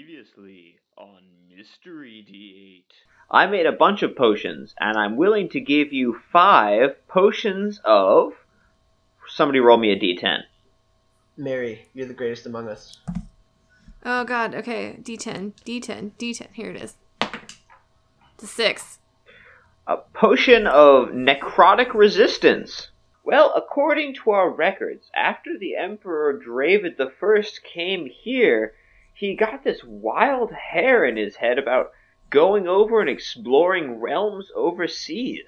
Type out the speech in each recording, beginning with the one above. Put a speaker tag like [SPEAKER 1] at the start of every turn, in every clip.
[SPEAKER 1] Previously on Mystery D8.
[SPEAKER 2] I made a bunch of potions, and I'm willing to give you five potions of. Somebody roll me a d10.
[SPEAKER 3] Mary, you're the greatest among us.
[SPEAKER 4] Oh god, okay. D10, D10, D10. Here it is. It's a six.
[SPEAKER 2] A potion of necrotic resistance. Well, according to our records, after the Emperor Dravid the First came here, he got this wild hair in his head about going over and exploring realms overseas.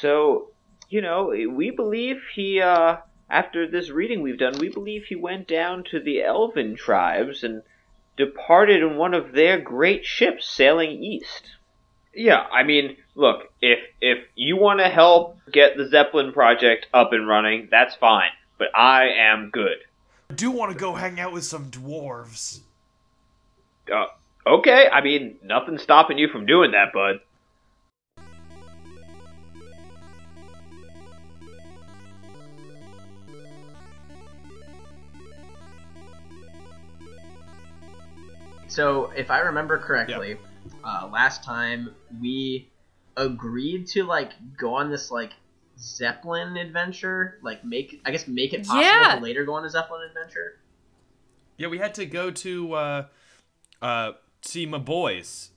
[SPEAKER 2] So, you know, we believe he, uh, after this reading we've done, we believe he went down to the Elven tribes and departed in one of their great ships sailing east. Yeah, I mean, look, if if you want to help get the Zeppelin project up and running, that's fine. But I am good.
[SPEAKER 5] do want to go hang out with some dwarves.
[SPEAKER 2] Uh, okay, I mean, nothing's stopping you from doing that, bud.
[SPEAKER 3] So, if I remember correctly, uh, last time we agreed to like go on this like zeppelin adventure, like make I guess make it possible
[SPEAKER 4] Yeah.
[SPEAKER 3] to later go on a zeppelin adventure.
[SPEAKER 6] Yeah, we had to go to uh, uh, see my boys,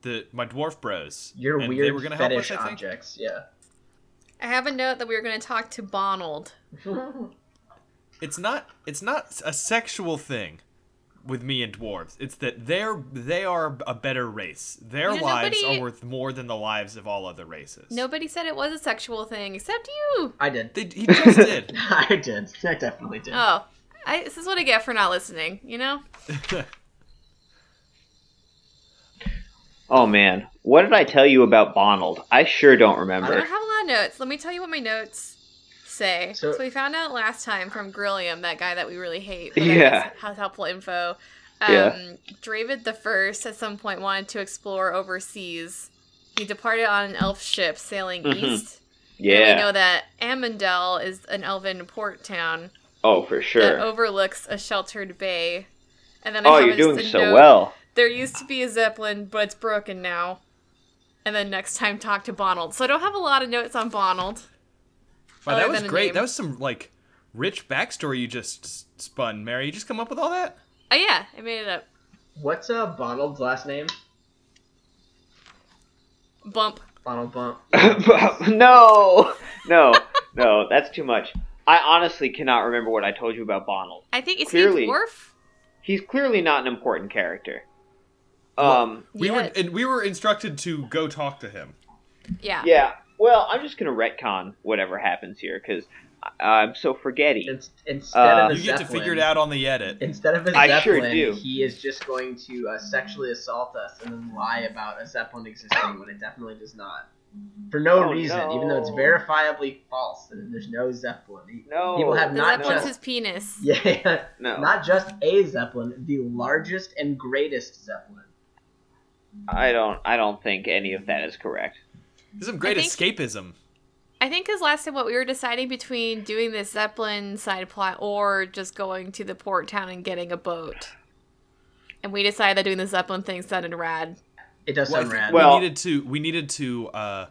[SPEAKER 6] the my dwarf bros.
[SPEAKER 3] Your
[SPEAKER 6] and
[SPEAKER 3] weird
[SPEAKER 6] they were gonna help us,
[SPEAKER 3] fetish
[SPEAKER 6] I think.
[SPEAKER 3] objects, yeah.
[SPEAKER 4] I have a note that we were going to talk to Bonald.
[SPEAKER 6] It's not it's not a sexual thing with me and dwarves. It's that they're they are a better race. Their
[SPEAKER 4] You know,
[SPEAKER 6] lives
[SPEAKER 4] nobody-
[SPEAKER 6] are worth more than the lives of all other races.
[SPEAKER 4] Nobody said it was a sexual thing except you.
[SPEAKER 3] I did.
[SPEAKER 6] They, he just did.
[SPEAKER 3] I did. I definitely did.
[SPEAKER 4] Oh, I, this is what I get for not listening, you know?
[SPEAKER 2] Oh man, what did I tell you about Bonald? I sure don't
[SPEAKER 4] I
[SPEAKER 2] remember.
[SPEAKER 4] don't have a lot of notes. Let me tell you what my notes say.
[SPEAKER 3] So-
[SPEAKER 4] So, we found out last time from Grillium, that guy that we really hate. that
[SPEAKER 2] Yeah.
[SPEAKER 4] Has helpful info. Um,
[SPEAKER 2] Yeah.
[SPEAKER 4] Dravid the First at some point wanted to explore overseas. He departed on an elf ship sailing
[SPEAKER 2] Mhm.
[SPEAKER 4] east. And we
[SPEAKER 2] Yeah.
[SPEAKER 4] know that Amundel is an elven port town
[SPEAKER 2] Oh, for
[SPEAKER 4] that
[SPEAKER 2] sure.
[SPEAKER 4] overlooks a sheltered bay. And then I
[SPEAKER 2] Oh,
[SPEAKER 4] have
[SPEAKER 2] you're
[SPEAKER 4] just
[SPEAKER 2] doing
[SPEAKER 4] a
[SPEAKER 2] so
[SPEAKER 4] note,
[SPEAKER 2] well.
[SPEAKER 4] There used to be a zeppelin, but it's broken now. And then next time, talk to Bonald. So I don't have a lot of notes on Bonald.
[SPEAKER 6] Wow,
[SPEAKER 4] Other
[SPEAKER 6] that was
[SPEAKER 4] than a
[SPEAKER 6] great.
[SPEAKER 4] name.
[SPEAKER 6] That was some like rich backstory you just s- spun, Mary. You just come up with all that?
[SPEAKER 4] Oh yeah, I made it up.
[SPEAKER 3] What's uh Bonald's last name?
[SPEAKER 4] Bump.
[SPEAKER 3] Bonald Bump.
[SPEAKER 2] no, no, no, that's too much. I honestly cannot remember what I told you about Bonald.
[SPEAKER 4] I think is
[SPEAKER 2] Clearly.
[SPEAKER 4] he a dwarf?
[SPEAKER 2] He's clearly not an important character. Um,
[SPEAKER 6] We were
[SPEAKER 4] Yes.
[SPEAKER 6] and we were instructed to go talk to him.
[SPEAKER 4] Yeah.
[SPEAKER 2] yeah. Well, I'm just gonna retcon whatever happens here because I'm so forgetty.
[SPEAKER 3] In- instead
[SPEAKER 2] Uh,
[SPEAKER 3] of a
[SPEAKER 6] You get to
[SPEAKER 3] zeppelin-
[SPEAKER 6] figure it out on the edit.
[SPEAKER 3] Instead of a
[SPEAKER 2] I sure
[SPEAKER 3] zeppelin,
[SPEAKER 2] do.
[SPEAKER 3] he is just going to uh, sexually assault us and then lie about a zeppelin existing when it definitely does not, for no
[SPEAKER 2] Oh,
[SPEAKER 3] reason,
[SPEAKER 2] no.
[SPEAKER 3] even though it's verifiably false that there's no zeppelin. He-
[SPEAKER 2] No,
[SPEAKER 3] He will have
[SPEAKER 4] The
[SPEAKER 3] Not
[SPEAKER 4] Zeppelin's
[SPEAKER 3] just-
[SPEAKER 4] his penis.
[SPEAKER 3] Yeah,
[SPEAKER 2] no.
[SPEAKER 3] not just a zeppelin, the largest and greatest zeppelin.
[SPEAKER 2] I don't. I don't think any of that is correct.
[SPEAKER 6] There's some great
[SPEAKER 4] I think-
[SPEAKER 6] escapism.
[SPEAKER 4] I think because last time what we were deciding between doing this Zeppelin side plot or just going to the port town and getting a boat. And we decided that doing the Zeppelin thing sounded rad.
[SPEAKER 3] It does
[SPEAKER 6] Well, I
[SPEAKER 3] sound
[SPEAKER 6] think
[SPEAKER 3] rad.
[SPEAKER 6] we
[SPEAKER 2] Well-
[SPEAKER 6] needed to we needed to uh,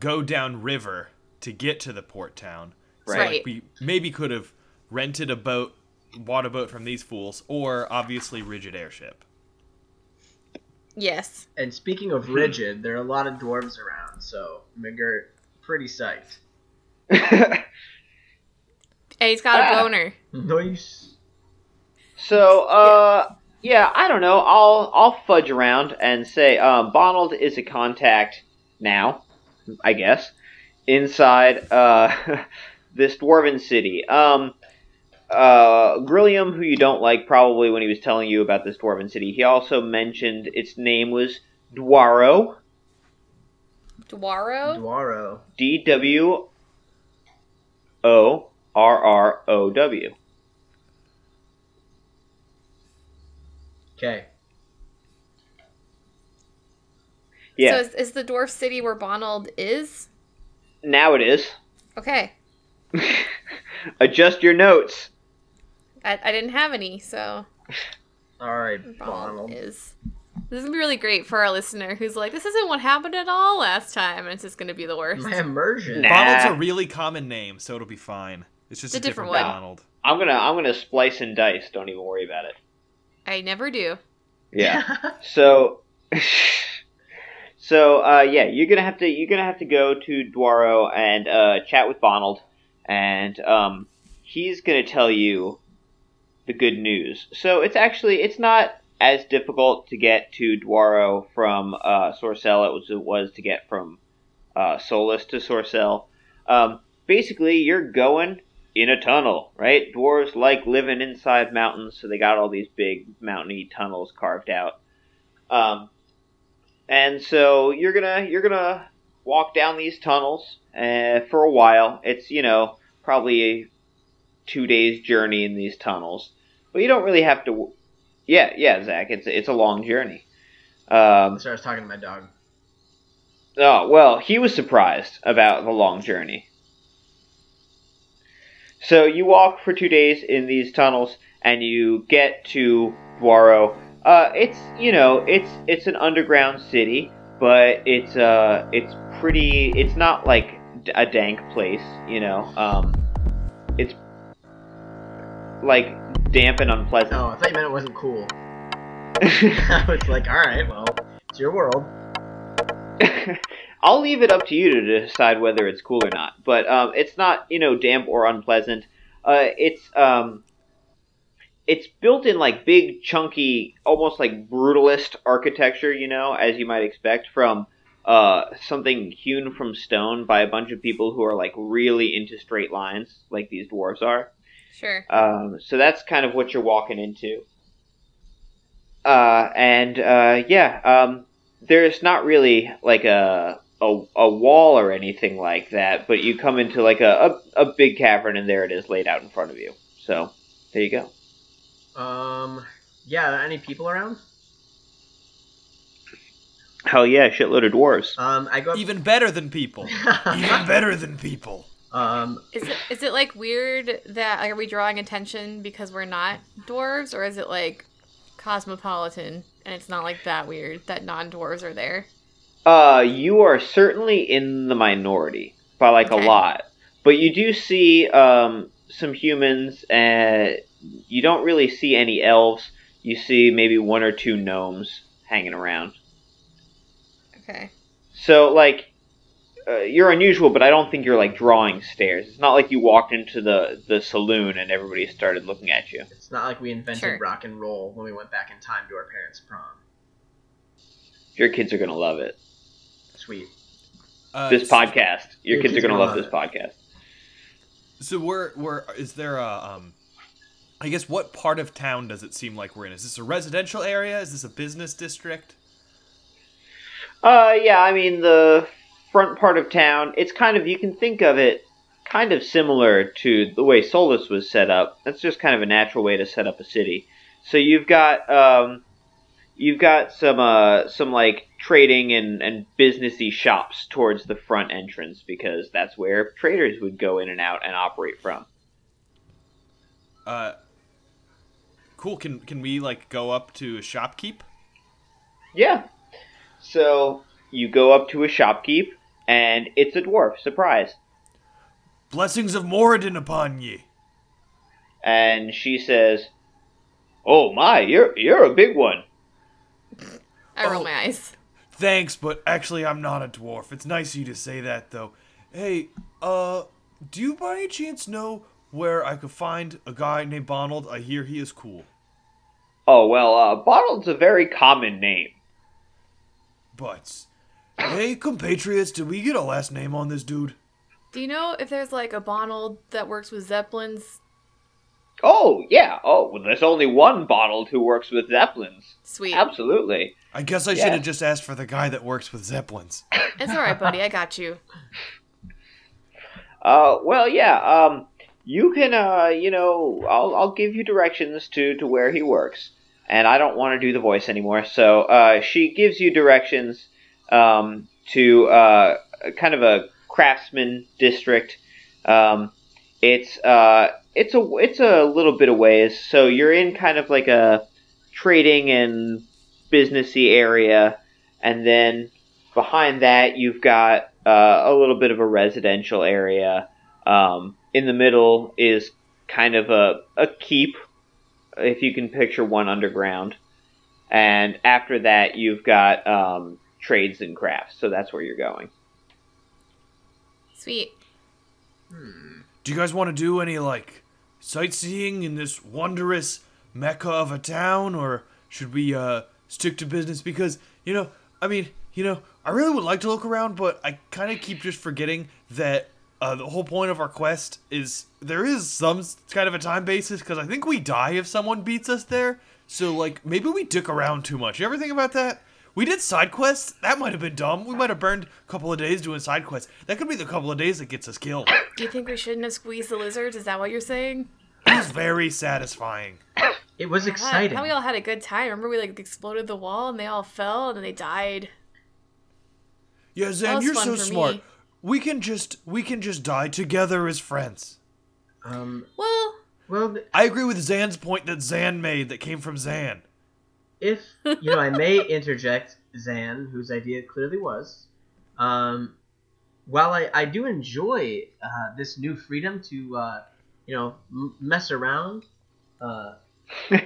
[SPEAKER 6] go down river to get to the port town. So
[SPEAKER 2] Right.
[SPEAKER 6] like, we maybe could have rented a boat, bought a boat from these fools, or obviously rigid airship.
[SPEAKER 4] Yes.
[SPEAKER 3] and speaking
[SPEAKER 2] Hmm.
[SPEAKER 3] of rigid, there are a lot of dwarves around, so McGirt pretty psyched.
[SPEAKER 4] And he's got
[SPEAKER 2] Ah.
[SPEAKER 4] a boner.
[SPEAKER 3] Nice.
[SPEAKER 2] So, uh, yeah, I don't know. I'll I'll fudge around and say um, Bonald is a contact now, I guess, inside uh, this dwarven city. Um, uh, Grillium, who you don't like, probably when he was telling you about this dwarven city, he also mentioned its name was Dwaro,
[SPEAKER 4] Dwaro?
[SPEAKER 3] Dwaro.
[SPEAKER 2] D W O R R O W.
[SPEAKER 3] Okay.
[SPEAKER 2] Yeah,
[SPEAKER 4] So is, is the dwarf city where Bonald is?
[SPEAKER 2] now it is.
[SPEAKER 4] Okay.
[SPEAKER 2] Adjust your notes.
[SPEAKER 4] I, I didn't have any, so.
[SPEAKER 3] All Sorry, Bonald.
[SPEAKER 4] is. This is gonna be really great for our listener who's like, this isn't what happened at all last time, and it's just gonna be the worst.
[SPEAKER 3] My immersion.
[SPEAKER 2] Nah.
[SPEAKER 6] Bonald's a really common name, so it'll be fine. It's just
[SPEAKER 4] It's a
[SPEAKER 6] a,
[SPEAKER 4] different
[SPEAKER 6] different,
[SPEAKER 4] way.
[SPEAKER 6] Donald.
[SPEAKER 2] I'm gonna I'm gonna splice and dice. Don't even worry about it.
[SPEAKER 4] I never do.
[SPEAKER 2] Yeah. so, so uh, yeah, you're gonna have to you're gonna have to go to Duaro and uh, chat with Bonald, and um, he's gonna tell you the good news. So it's actually it's not as difficult to get to Duaro from uh, Sorcel as it was to get from uh, Solus to Sorcel. Um, basically, you're going in a tunnel, right? Dwarves like living inside mountains, so they got all these big mountainy tunnels carved out. Um, and so you're gonna you're gonna walk down these tunnels uh, for a while. It's you know probably a two days journey in these tunnels, but you don't really have to. w- Yeah, yeah, Zach, it's it's a long journey. Um,
[SPEAKER 3] Sorry, I was talking to my dog.
[SPEAKER 2] Oh, well, he was surprised about the long journey. So you walk for two days in these tunnels, and you get to Duaro. Uh, it's you know, it's it's an underground city, but it's uh, it's pretty. It's not like d- a dank place, you know. Um, it's like damp and unpleasant.
[SPEAKER 3] Oh, I thought you meant it wasn't cool. I was like, all right, well, it's your world.
[SPEAKER 2] I'll leave it up to you to decide whether it's cool or not. But um, it's not, you know, damp or unpleasant. Uh, it's um, it's built in like big, chunky, almost like brutalist architecture, you know, as you might expect from uh, something hewn from stone by a bunch of people who are like really into straight lines, like these dwarves are.
[SPEAKER 4] Sure.
[SPEAKER 2] Um, so that's kind of what you're walking into. Uh, and uh, yeah, um, there's not really like a, a a wall or anything like that, but you come into like a, a, a big cavern, and there it is laid out in front of you. So there you go.
[SPEAKER 3] Um, yeah, any people around?
[SPEAKER 2] Hell yeah, shitload of dwarves.
[SPEAKER 3] Um, I go up.
[SPEAKER 6] Even better than people. Even better than people.
[SPEAKER 3] um,
[SPEAKER 4] Is it is it like weird that like, are we drawing attention because we're not dwarves, or is it like cosmopolitan and it's not like that weird that non dwarves are there?
[SPEAKER 2] Uh, you are certainly in the minority by like
[SPEAKER 4] Okay.
[SPEAKER 2] a lot, but you do see um, some humans, and you don't really see any elves. You see maybe one or two gnomes hanging around.
[SPEAKER 4] Okay.
[SPEAKER 2] So like, uh, you're unusual, but I don't think you're like drawing stares. It's not like you walked into the the saloon and everybody started looking at you.
[SPEAKER 3] it's not like we invented
[SPEAKER 4] Sure.
[SPEAKER 3] rock and roll when we went back in time to our parents' prom.
[SPEAKER 2] Your kids are gonna love it.
[SPEAKER 3] Sweet.
[SPEAKER 6] Uh,
[SPEAKER 2] This
[SPEAKER 6] so-
[SPEAKER 2] podcast. Your, kids, are gonna love this podcast.
[SPEAKER 6] So we're we're is there a um I guess what part of town does it seem like we're in? Is this a residential area? Is this a business district?
[SPEAKER 2] Uh, yeah, I mean, the front part of town, it's kind of, you can think of it kind of similar to the way Solus was set up. That's just kind of a natural way to set up a city. So you've got, um, you've got some, uh, some like trading and, and businessy shops towards the front entrance because that's where traders would go in and out and operate from.
[SPEAKER 6] Uh Cool, can can we like go up to a shopkeep?
[SPEAKER 2] Yeah. So you go up to a shopkeep and it's a dwarf, surprise.
[SPEAKER 6] Blessings of Moradin upon ye.
[SPEAKER 2] and she says, "Oh my, you're you're a big one."
[SPEAKER 4] I roll
[SPEAKER 6] Oh.
[SPEAKER 4] my eyes.
[SPEAKER 6] Thanks, but actually I'm not a dwarf. It's nice of you to say that though. Hey, uh do you by any chance know where I could find a guy named Bonald? I hear he is cool.
[SPEAKER 2] Oh well, uh, Bottled's a very common name.
[SPEAKER 6] But Hey compatriots, did we get a last name on this dude?
[SPEAKER 4] Do you know if there's like a Bonald that works with Zeppelins?
[SPEAKER 2] Oh yeah. Oh, well, there's only one Bottled who works with zeppelins.
[SPEAKER 4] Sweet.
[SPEAKER 2] Absolutely.
[SPEAKER 6] I guess I
[SPEAKER 2] Yeah.
[SPEAKER 6] should have just asked for the guy that works with zeppelins.
[SPEAKER 4] It's all right, buddy. I got you.
[SPEAKER 2] Uh, well yeah. Um, you can uh, you know, I'll I'll give you directions to to where he works. And I don't want to do the voice anymore, so uh, she gives you directions um, to uh, kind of a craftsman district. Um, it's uh, it's a it's a little bit of ways. So you're in kind of like a trading and businessy area, and then behind that you've got uh, a little bit of a residential area. Um, in the middle is kind of a, a keep, if you can picture one underground. And after that, you've got um, trades and crafts, so that's where you're going.
[SPEAKER 4] Sweet.
[SPEAKER 3] Hmm.
[SPEAKER 6] Do you guys want to do any like sightseeing in this wondrous mecca of a town, or should we uh, stick to business? Because you know, I mean, you know, I really would like to look around, but I kind of keep just forgetting that uh, the whole point of our quest is there is some s- kind of a time basis. Because I think we die if someone beats us there. So like maybe we dick around too much. You ever think about that? We did side quests. That might have been dumb. We might have burned a couple of days doing side quests. That could be the couple of days that gets us killed.
[SPEAKER 4] Do you think we shouldn't have squeezed the lizards? Is that what you're saying?
[SPEAKER 6] It's very satisfying.
[SPEAKER 3] It was
[SPEAKER 4] God,
[SPEAKER 3] exciting.
[SPEAKER 4] How we all had a good time. Remember we like exploded the wall and they all fell and then they died.
[SPEAKER 6] Yeah,
[SPEAKER 4] That
[SPEAKER 6] Zan,
[SPEAKER 4] was
[SPEAKER 6] you're
[SPEAKER 4] fun
[SPEAKER 6] so
[SPEAKER 4] for
[SPEAKER 6] smart.
[SPEAKER 4] me.
[SPEAKER 6] We can just we can just die together as friends.
[SPEAKER 3] um,
[SPEAKER 4] Well,
[SPEAKER 3] well, th-
[SPEAKER 6] I agree with Zan's point that Zan made that came from Zan.
[SPEAKER 3] if you know, I may interject Zan, whose idea it clearly was. Um, while I, I do enjoy uh, this new freedom to uh, you know m- mess around, uh,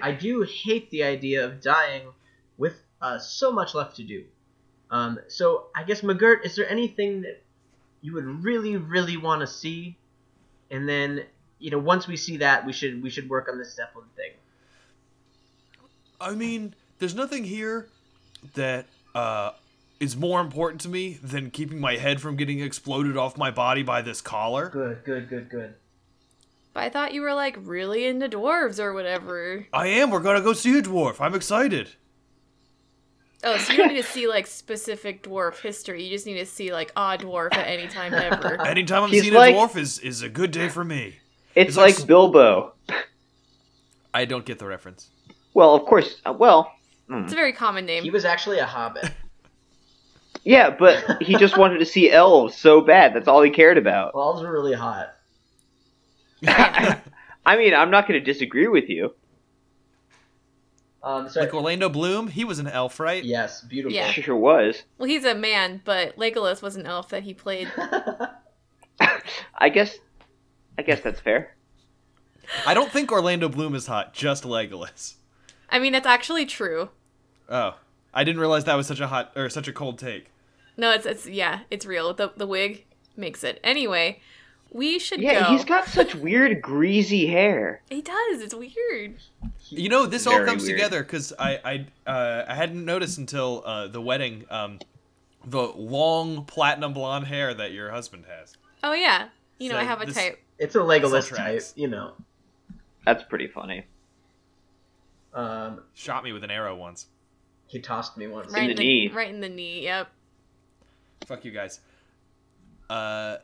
[SPEAKER 3] I do hate the idea of dying with uh, so much left to do. Um, so I guess McGirt, is there anything that you would really really want to see? And then you know once we see that, we should we should work on this Zeppelin thing.
[SPEAKER 6] I mean, there's nothing here that uh, is more important to me than keeping my head from getting exploded off my body by this collar.
[SPEAKER 3] Good, good, good, good.
[SPEAKER 4] but I thought you were like really into dwarves or whatever.
[SPEAKER 6] I am. We're gonna go see a dwarf. I'm excited.
[SPEAKER 4] Oh, so you don't need to see like specific dwarf history. You just need to see like a dwarf at any time ever.
[SPEAKER 6] Anytime I'm
[SPEAKER 2] He's
[SPEAKER 6] seeing
[SPEAKER 2] like-
[SPEAKER 6] a dwarf is is a good day for me.
[SPEAKER 2] It's,
[SPEAKER 6] It's like
[SPEAKER 2] like
[SPEAKER 6] s-
[SPEAKER 2] Bilbo.
[SPEAKER 6] I don't get the reference.
[SPEAKER 2] Well, of course. uh, Well,
[SPEAKER 4] It's a very common
[SPEAKER 3] He
[SPEAKER 4] name.
[SPEAKER 3] was actually a hobbit.
[SPEAKER 2] yeah, but he just wanted to see elves so bad. That's all he cared about.
[SPEAKER 3] Balls were really hot.
[SPEAKER 2] I mean, I'm not going to disagree with you.
[SPEAKER 3] Um, so
[SPEAKER 6] Like Orlando Bloom, he was an elf, right?
[SPEAKER 3] yes, beautiful.
[SPEAKER 4] Yeah.
[SPEAKER 2] Sure was.
[SPEAKER 4] Well, he's a man, but Legolas was an elf that he played.
[SPEAKER 2] I guess. I guess that's fair.
[SPEAKER 6] I don't think Orlando Bloom is hot. Just Legolas.
[SPEAKER 4] I mean, that's actually true.
[SPEAKER 6] Oh, I didn't realize that was such a hot or such a cold take.
[SPEAKER 4] No, it's it's yeah, it's real. The the wig makes it. Anyway, we should
[SPEAKER 2] Yeah,
[SPEAKER 4] go.
[SPEAKER 2] he's got such weird greasy hair.
[SPEAKER 4] he does. It's weird.
[SPEAKER 6] You know, this all
[SPEAKER 2] Very
[SPEAKER 6] comes
[SPEAKER 2] weird.
[SPEAKER 6] together 'cause together because I I, uh, I hadn't noticed until uh, the wedding um, the long platinum blonde hair that your husband has.
[SPEAKER 4] Oh yeah. You know,
[SPEAKER 6] So
[SPEAKER 4] I have a
[SPEAKER 6] this-
[SPEAKER 4] type.
[SPEAKER 3] It's a Legolas
[SPEAKER 6] Still
[SPEAKER 3] type,
[SPEAKER 6] tracks.
[SPEAKER 3] you know.
[SPEAKER 2] That's pretty funny.
[SPEAKER 3] Um,
[SPEAKER 6] Shot me with an arrow once.
[SPEAKER 3] he tossed me once.
[SPEAKER 4] Right
[SPEAKER 2] the knee.
[SPEAKER 4] Right in the knee. Yep.
[SPEAKER 6] Fuck you guys. Uh,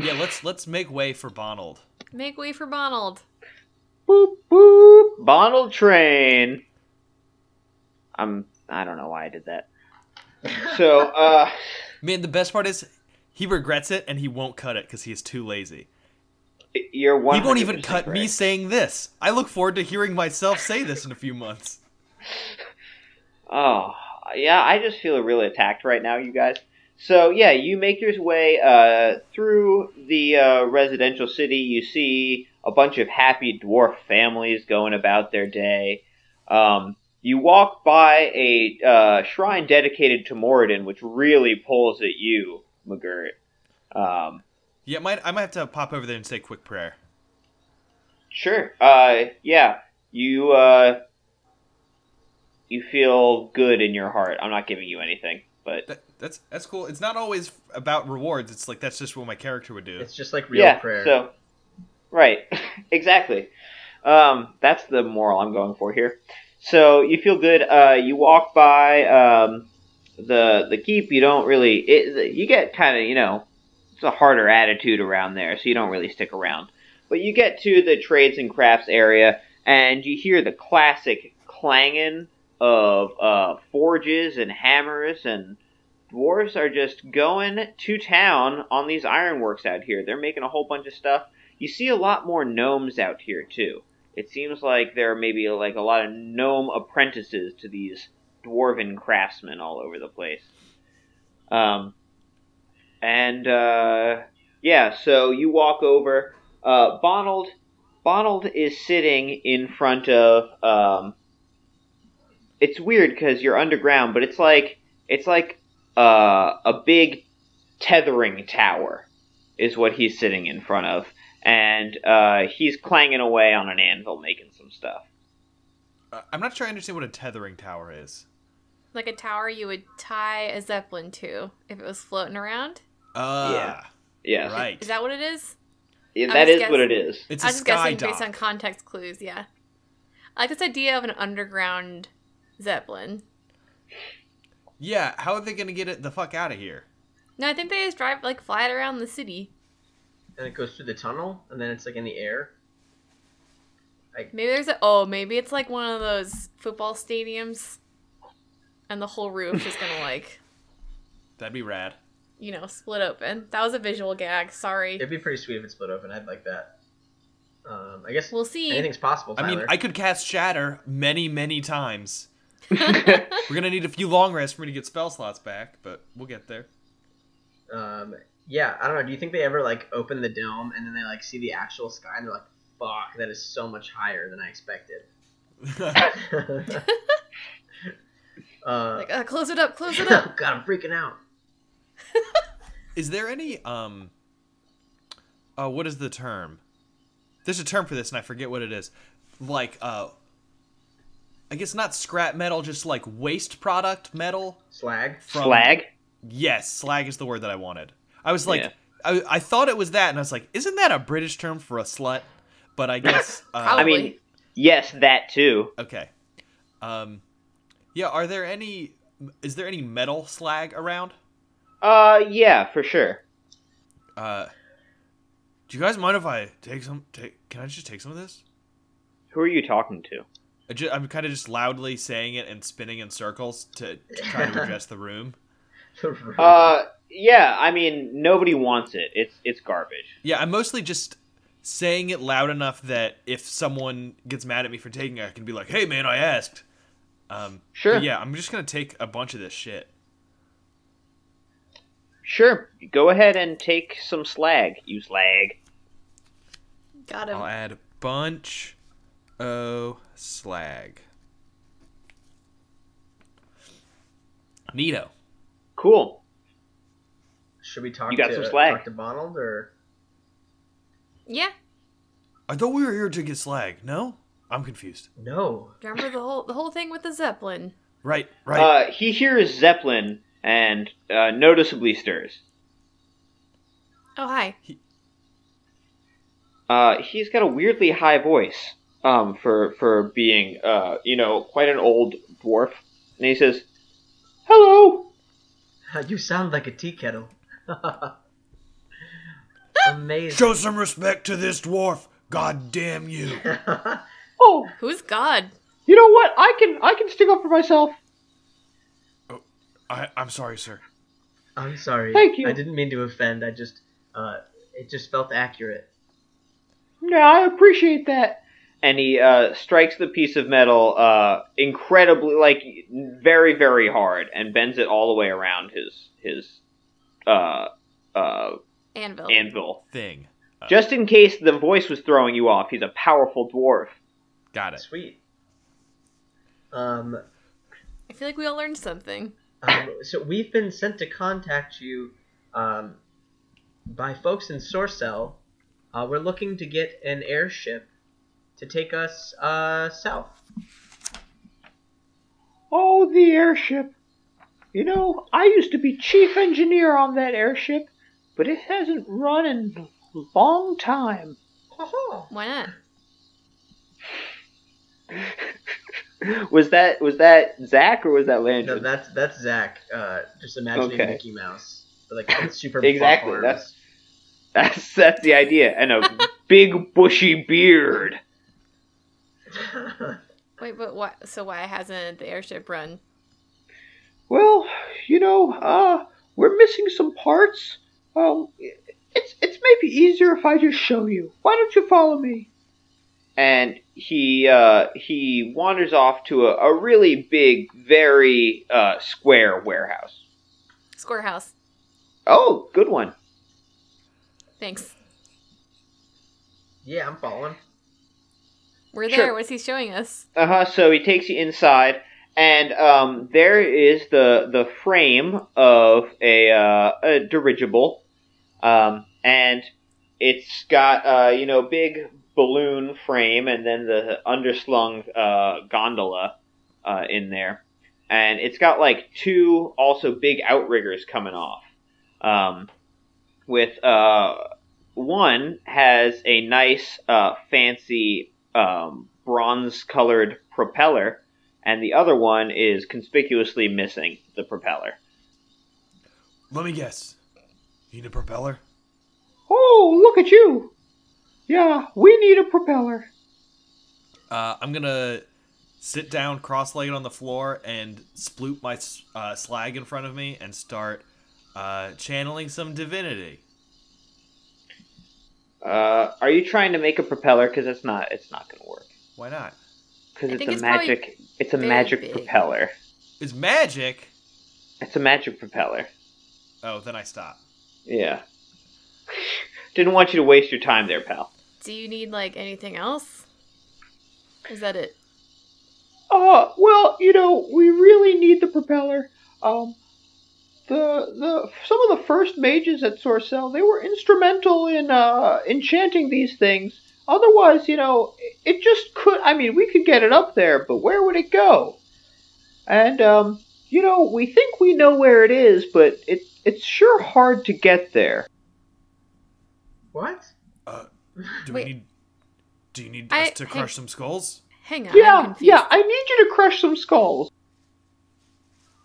[SPEAKER 6] yeah, let's let's make way for Bonald.
[SPEAKER 4] Make way for Bonald.
[SPEAKER 2] Boop boop. Bottle train. I'm. I don't know why I did that. So, uh,
[SPEAKER 6] Man, the best part is he regrets it and he won't cut it because he is too lazy.
[SPEAKER 2] you're one.
[SPEAKER 6] He won't even cut me saying this. I look forward to hearing myself say this in a few months.
[SPEAKER 2] Oh, yeah, I just feel really attacked right now, you guys. So, yeah, you make your way uh, through the uh, residential city. You see a bunch of happy dwarf families going about their day. Um, you walk by a uh, shrine dedicated to Moradin, which really pulls at you, McGirt. Um,
[SPEAKER 6] Yeah, might I might have to pop over there and say a quick prayer.
[SPEAKER 2] Sure. Uh, yeah. You uh, you feel good in your heart. I'm not giving you anything, but
[SPEAKER 6] That, that's that's cool. It's not always about rewards. It's like that's just what my character would do.
[SPEAKER 3] It's just like real
[SPEAKER 2] yeah.
[SPEAKER 3] prayer.
[SPEAKER 2] So, right, exactly. Um, that's the moral I'm going for here. So you feel good. Uh, you walk by um, the the keep. You don't really. It, you get kind of you know, it's a harder attitude around there, so you don't really stick around. But you get to the trades and crafts area, and you hear the classic clanging of uh, forges and hammers and dwarves are just going to town on these ironworks out here. They're making a whole bunch of stuff. You see a lot more gnomes out here too. It seems like there are maybe like a lot of gnome apprentices to these dwarven craftsmen all over the place. Um, and uh, yeah, so you walk over. Uh, Bonald, Bonald is sitting in front of. Um, it's weird because you're underground, but it's like it's like uh, a big tethering tower is what he's sitting in front of, and uh, he's clanging away on an anvil making some stuff.
[SPEAKER 6] Uh, I'm not sure I understand what a tethering tower is.
[SPEAKER 4] Like a tower you would tie a zeppelin to if it was floating around.
[SPEAKER 6] Uh,
[SPEAKER 2] Yeah,
[SPEAKER 6] Right.
[SPEAKER 4] Is that what it is?
[SPEAKER 2] Yeah,
[SPEAKER 4] I
[SPEAKER 2] that
[SPEAKER 4] was
[SPEAKER 2] is what
[SPEAKER 4] guessing.
[SPEAKER 2] it is.
[SPEAKER 6] It's
[SPEAKER 4] I
[SPEAKER 6] a
[SPEAKER 4] was just
[SPEAKER 6] sky
[SPEAKER 4] guessing based on
[SPEAKER 6] dock.
[SPEAKER 4] context clues. Yeah, I like this idea of an underground zeppelin.
[SPEAKER 6] Yeah. How are they gonna get it the fuck out of here?
[SPEAKER 4] No, I think they just drive like fly it around the city.
[SPEAKER 3] And it goes through the tunnel, and then it's like in the air.
[SPEAKER 4] Maybe there's a oh, maybe it's like one of those football stadiums, and the whole roof is gonna like
[SPEAKER 6] That'd be rad.
[SPEAKER 4] you know split open. That was a visual gag. Sorry.
[SPEAKER 3] It'd be pretty sweet if it split open. I'd like that. Um, I guess
[SPEAKER 4] We'll see.
[SPEAKER 3] anything's possible. Tyler.
[SPEAKER 6] I mean, I could cast Shatter many, many times. We're gonna need a few long rests for me to get spell slots back, but we'll get there.
[SPEAKER 3] um, yeah, I don't know. Do you think they ever like open the dome and then they like see the actual sky and they're like, "Fuck, that is so much higher than I expected." uh,
[SPEAKER 4] Like uh, close it up, close it up.
[SPEAKER 3] God, I'm freaking out.
[SPEAKER 6] Is there any um? Uh, what is the term? There's a term for this, and I forget what it is. Like uh, I guess not scrap metal, just like waste product metal.
[SPEAKER 3] Slag.
[SPEAKER 6] From,
[SPEAKER 2] Slag.
[SPEAKER 6] Yes, slag is the word that I wanted. I was like,
[SPEAKER 2] Yeah.
[SPEAKER 6] I, I thought it was that, and I was like, isn't that a British term for a slut? But I guess uh,
[SPEAKER 2] I mean,
[SPEAKER 4] Probably.
[SPEAKER 2] yes, that too.
[SPEAKER 6] okay. Um, yeah. Are there any? Is there any metal slag around?
[SPEAKER 2] Uh, yeah, for sure.
[SPEAKER 6] Uh, do you guys mind if I take some? Take, can I just take some of this?
[SPEAKER 2] Who are you talking to?
[SPEAKER 6] I ju- I'm kind of just loudly saying it and spinning in circles to, to try to address the room.
[SPEAKER 2] Uh, yeah, I mean, nobody wants it. It's it's garbage.
[SPEAKER 6] Yeah, I'm mostly just saying it loud enough that if someone gets mad at me for taking it, I can be like, "Hey, man, I asked." Um,
[SPEAKER 2] Sure.
[SPEAKER 6] but yeah, I'm just gonna take a bunch of this shit.
[SPEAKER 2] Sure, go ahead and take some slag. You slag.
[SPEAKER 4] Got
[SPEAKER 6] I'll
[SPEAKER 4] him.
[SPEAKER 6] add a bunch. Oh, slag. Neato.
[SPEAKER 2] Cool.
[SPEAKER 3] Should we talk?
[SPEAKER 2] You got
[SPEAKER 3] to,
[SPEAKER 2] some slag.
[SPEAKER 3] Talk to Bonald or
[SPEAKER 4] Yeah.
[SPEAKER 6] I thought we were here to get slag. No, I'm confused.
[SPEAKER 3] no?
[SPEAKER 4] Remember the whole the whole thing with the zeppelin.
[SPEAKER 6] Right, right.
[SPEAKER 2] Uh, he hears Zeppelin and uh, noticeably stirs.
[SPEAKER 4] Oh hi.
[SPEAKER 2] Uh, he's got a weirdly high voice um, for for being uh, you know quite an old dwarf, and he says, "Hello."
[SPEAKER 3] You sound like a tea kettle.
[SPEAKER 2] Uh,
[SPEAKER 3] Amazing.
[SPEAKER 6] Show some respect to this dwarf. God damn you.
[SPEAKER 2] Oh,
[SPEAKER 4] Who's God?
[SPEAKER 2] you know what? I can I can stick up for myself.
[SPEAKER 6] I, I'm sorry, sir.
[SPEAKER 3] I'm sorry.
[SPEAKER 2] Thank you.
[SPEAKER 3] I didn't mean to offend. I just, uh, it just felt accurate.
[SPEAKER 2] Yeah, I appreciate that. And he uh, strikes the piece of metal uh, incredibly, like very, very hard, and bends it all the way around his his uh, uh,
[SPEAKER 4] Anvil.
[SPEAKER 2] anvil.
[SPEAKER 6] Thing.
[SPEAKER 2] Just in case the voice was throwing you off, he's a powerful dwarf.
[SPEAKER 6] Got it.
[SPEAKER 3] Sweet. Um,
[SPEAKER 4] I feel like we all learned something.
[SPEAKER 3] um, so we've been sent to contact you, um, by folks in Sorcel. Uh, we're looking to get an airship to take us uh south.
[SPEAKER 2] Oh, the airship. You know, I used to be chief engineer on that airship, but it hasn't run in a long time.
[SPEAKER 4] Why not?
[SPEAKER 2] Was that was that Zach or was that Landry?
[SPEAKER 3] No, that's that's Zach. Uh, just imagining
[SPEAKER 2] Okay.
[SPEAKER 3] Mickey Mouse, but like with super buff
[SPEAKER 2] Exactly,
[SPEAKER 3] arms.
[SPEAKER 2] that's- That's that's the idea, and a big bushy beard.
[SPEAKER 4] Wait, but why? So why hasn't the airship run?
[SPEAKER 2] Well, you know, uh, we're missing some parts. Um, it's it's maybe easier if I just show you. Why don't you follow me? And he uh, he wanders off to a, a really big, very uh, square warehouse.
[SPEAKER 4] Square house.
[SPEAKER 2] Oh, good one.
[SPEAKER 4] Thanks.
[SPEAKER 3] Yeah, I'm following.
[SPEAKER 4] We're
[SPEAKER 2] Sure.
[SPEAKER 4] there. What's he showing us?
[SPEAKER 2] Uh huh. So he takes you inside, and um, there is the the frame of a, uh, a dirigible, um, and it's got uh, you know big balloon frame, and then the underslung uh, gondola uh, in there, and it's got like two also big outriggers coming off, um, with uh, one has a nice uh, fancy um, bronze colored propeller, and the other one is conspicuously missing the propeller.
[SPEAKER 6] Let me guess. You need a propeller?
[SPEAKER 2] Oh, look at you! Yeah, we need a propeller.
[SPEAKER 6] Uh, I'm gonna sit down cross-legged on the floor and sploop my s- uh, slag in front of me and start uh, channeling some divinity.
[SPEAKER 2] Uh, are you trying to make a propeller? Because it's not, it's not going to work.
[SPEAKER 6] Why not?
[SPEAKER 2] Because
[SPEAKER 4] I
[SPEAKER 2] it's
[SPEAKER 4] think
[SPEAKER 2] a
[SPEAKER 4] it's probably
[SPEAKER 2] magic, it's a
[SPEAKER 4] very
[SPEAKER 2] magic
[SPEAKER 4] big.
[SPEAKER 2] propeller.
[SPEAKER 6] It's magic.
[SPEAKER 2] It's a magic propeller.
[SPEAKER 6] Oh, then I stop.
[SPEAKER 2] Yeah. Didn't want you to waste your time there, pal.
[SPEAKER 4] Do you need like anything else? Is that it?
[SPEAKER 2] Uh, well, you know, we really need the propeller. Um, the the some of the first mages at Sorcel they were instrumental in uh enchanting these things. Otherwise, you know, it just could. I mean, we could get it up there, but where would it go? And um, you know, we think we know where it is, but it it's sure hard to get there.
[SPEAKER 3] What?
[SPEAKER 6] Uh, Do
[SPEAKER 4] Wait.
[SPEAKER 6] we need? Do you need
[SPEAKER 4] I-
[SPEAKER 6] us to
[SPEAKER 4] hey.
[SPEAKER 6] crush some skulls?
[SPEAKER 4] Hang on. I'm
[SPEAKER 2] Yeah,
[SPEAKER 4] confused.
[SPEAKER 2] yeah. I need you to crush some skulls.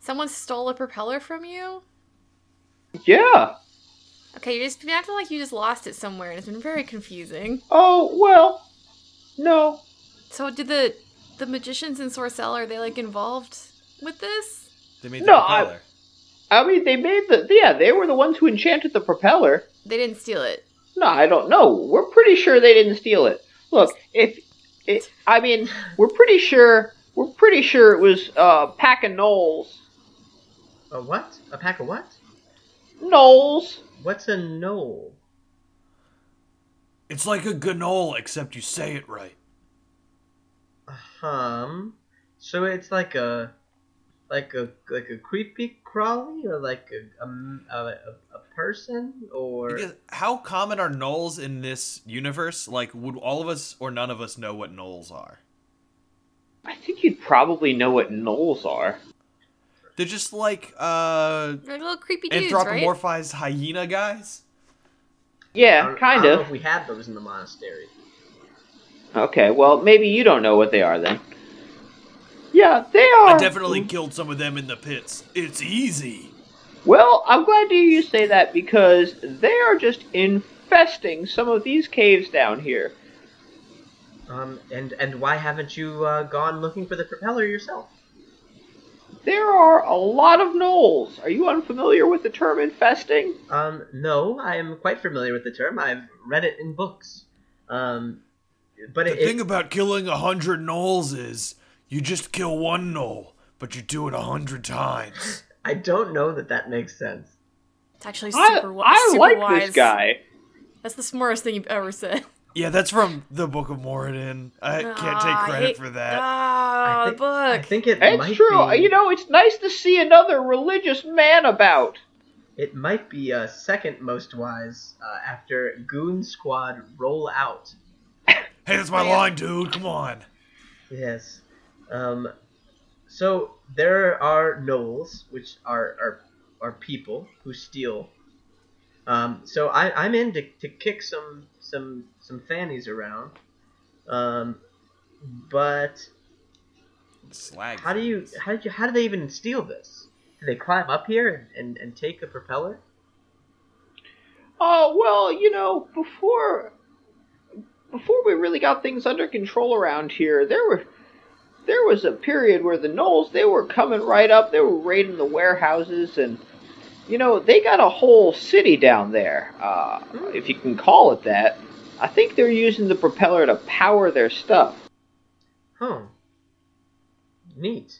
[SPEAKER 4] Someone stole a propeller from you?
[SPEAKER 2] Yeah.
[SPEAKER 4] Okay, you're just you acting like you just lost it somewhere, and it's been very confusing.
[SPEAKER 2] Oh well. No,
[SPEAKER 4] So, did the the magicians in Sorcel are they like involved with this?
[SPEAKER 6] They made the
[SPEAKER 2] No, I-
[SPEAKER 6] propeller.
[SPEAKER 2] I mean, they made the yeah. They were the ones who enchanted the propeller.
[SPEAKER 4] They didn't steal it.
[SPEAKER 2] No, I don't know. We're pretty sure they didn't steal it. Look, if it, I mean, we're pretty sure. We're pretty sure it was uh, pack of Knowles.
[SPEAKER 3] A what? A pack of what?
[SPEAKER 2] Knowles.
[SPEAKER 3] What's a knoll?
[SPEAKER 6] It's like a granola, except you say it right.
[SPEAKER 3] Um, so it's like a, like a like a creepy crawly or like a a, a, a- a person or
[SPEAKER 6] Because how common are gnolls in this universe? Like, would all of us or none of us know what gnolls are?
[SPEAKER 2] I think you'd probably know what Knowles are.
[SPEAKER 6] They're just like uh,
[SPEAKER 4] They're little creepy dudes, right?
[SPEAKER 6] anthropomorphized hyena guys.
[SPEAKER 3] I
[SPEAKER 2] Yeah,
[SPEAKER 3] don't- I
[SPEAKER 2] kind
[SPEAKER 3] don't know if
[SPEAKER 2] of.
[SPEAKER 3] we had those in the monastery.
[SPEAKER 2] Okay, well, maybe you don't know what they are then. Yeah, they are.
[SPEAKER 6] I definitely killed some of them in the pits. It's easy.
[SPEAKER 2] Well, I'm glad to hear you say that because they are just infesting some of these caves down here.
[SPEAKER 3] Um, and and why haven't you uh, gone looking for the propeller yourself?
[SPEAKER 2] There are a lot of gnolls. Are you unfamiliar with the term infesting?
[SPEAKER 3] Um, no, I am quite familiar with the term. I've read it in books. Um, but
[SPEAKER 6] The
[SPEAKER 3] it,
[SPEAKER 6] thing about killing a hundred gnolls is you just kill one gnoll, but you do it a hundred times.
[SPEAKER 3] I don't know that that makes sense.
[SPEAKER 4] It's actually
[SPEAKER 2] I,
[SPEAKER 4] super, wi-
[SPEAKER 2] I
[SPEAKER 4] super
[SPEAKER 2] like
[SPEAKER 4] wise.
[SPEAKER 2] this guy.
[SPEAKER 4] That's the smartest thing you've ever said.
[SPEAKER 6] yeah, that's from the Book of Moradin. I can't
[SPEAKER 4] Ah,
[SPEAKER 6] take
[SPEAKER 4] I
[SPEAKER 6] credit
[SPEAKER 4] hate-
[SPEAKER 6] for that.
[SPEAKER 4] Ah,
[SPEAKER 3] I
[SPEAKER 4] the
[SPEAKER 3] think, I
[SPEAKER 4] book.
[SPEAKER 3] think it might
[SPEAKER 2] It's true.
[SPEAKER 3] be.
[SPEAKER 2] You know, it's nice to see another religious man about.
[SPEAKER 3] It might be uh, second most wise uh, after Goon Squad roll out.
[SPEAKER 6] Hey, that's my line, dude. Come on.
[SPEAKER 3] Yes. Um, so there are gnolls, which are are, are people who steal. Um, so I, I'm in to, to kick some some some fannies around. Um, but
[SPEAKER 6] Slag.
[SPEAKER 3] how do you how did you how do they even steal this? Do they climb up here and, and, and take a propeller?
[SPEAKER 2] Oh, well, you know, before before we really got things under control around here, there were there was a period where the Knolls they were coming right up, they were raiding the warehouses and you know, they got a whole city down there. Uh, if you can call it that. I think they're using the propeller to power their stuff.
[SPEAKER 3] Oh. Neat.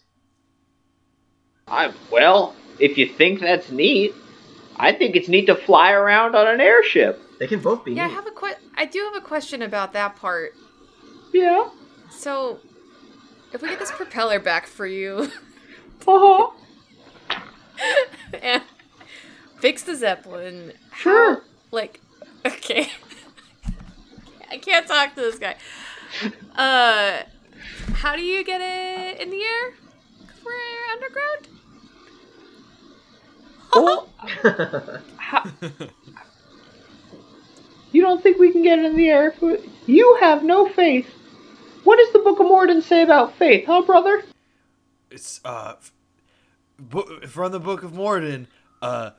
[SPEAKER 2] I'm well. If you think that's neat, I think it's neat to fly around on an airship.
[SPEAKER 3] They can both be
[SPEAKER 4] Yeah, I
[SPEAKER 3] neat.
[SPEAKER 4] have a que- I do have a question about that part.
[SPEAKER 2] Yeah.
[SPEAKER 4] So, if we get this propeller back for you
[SPEAKER 2] Uh-huh.
[SPEAKER 4] and fix the zeppelin,
[SPEAKER 2] Sure.
[SPEAKER 4] how- like, okay, I can't talk to this guy. Uh, how do you get it in the air? 'Cause We're underground.
[SPEAKER 2] Well, you don't think we can get it in the air? if we- You have no faith. What does the Book of Morden say about faith, huh, brother?
[SPEAKER 6] It's uh, f- bo- from the Book of Morden. Uh,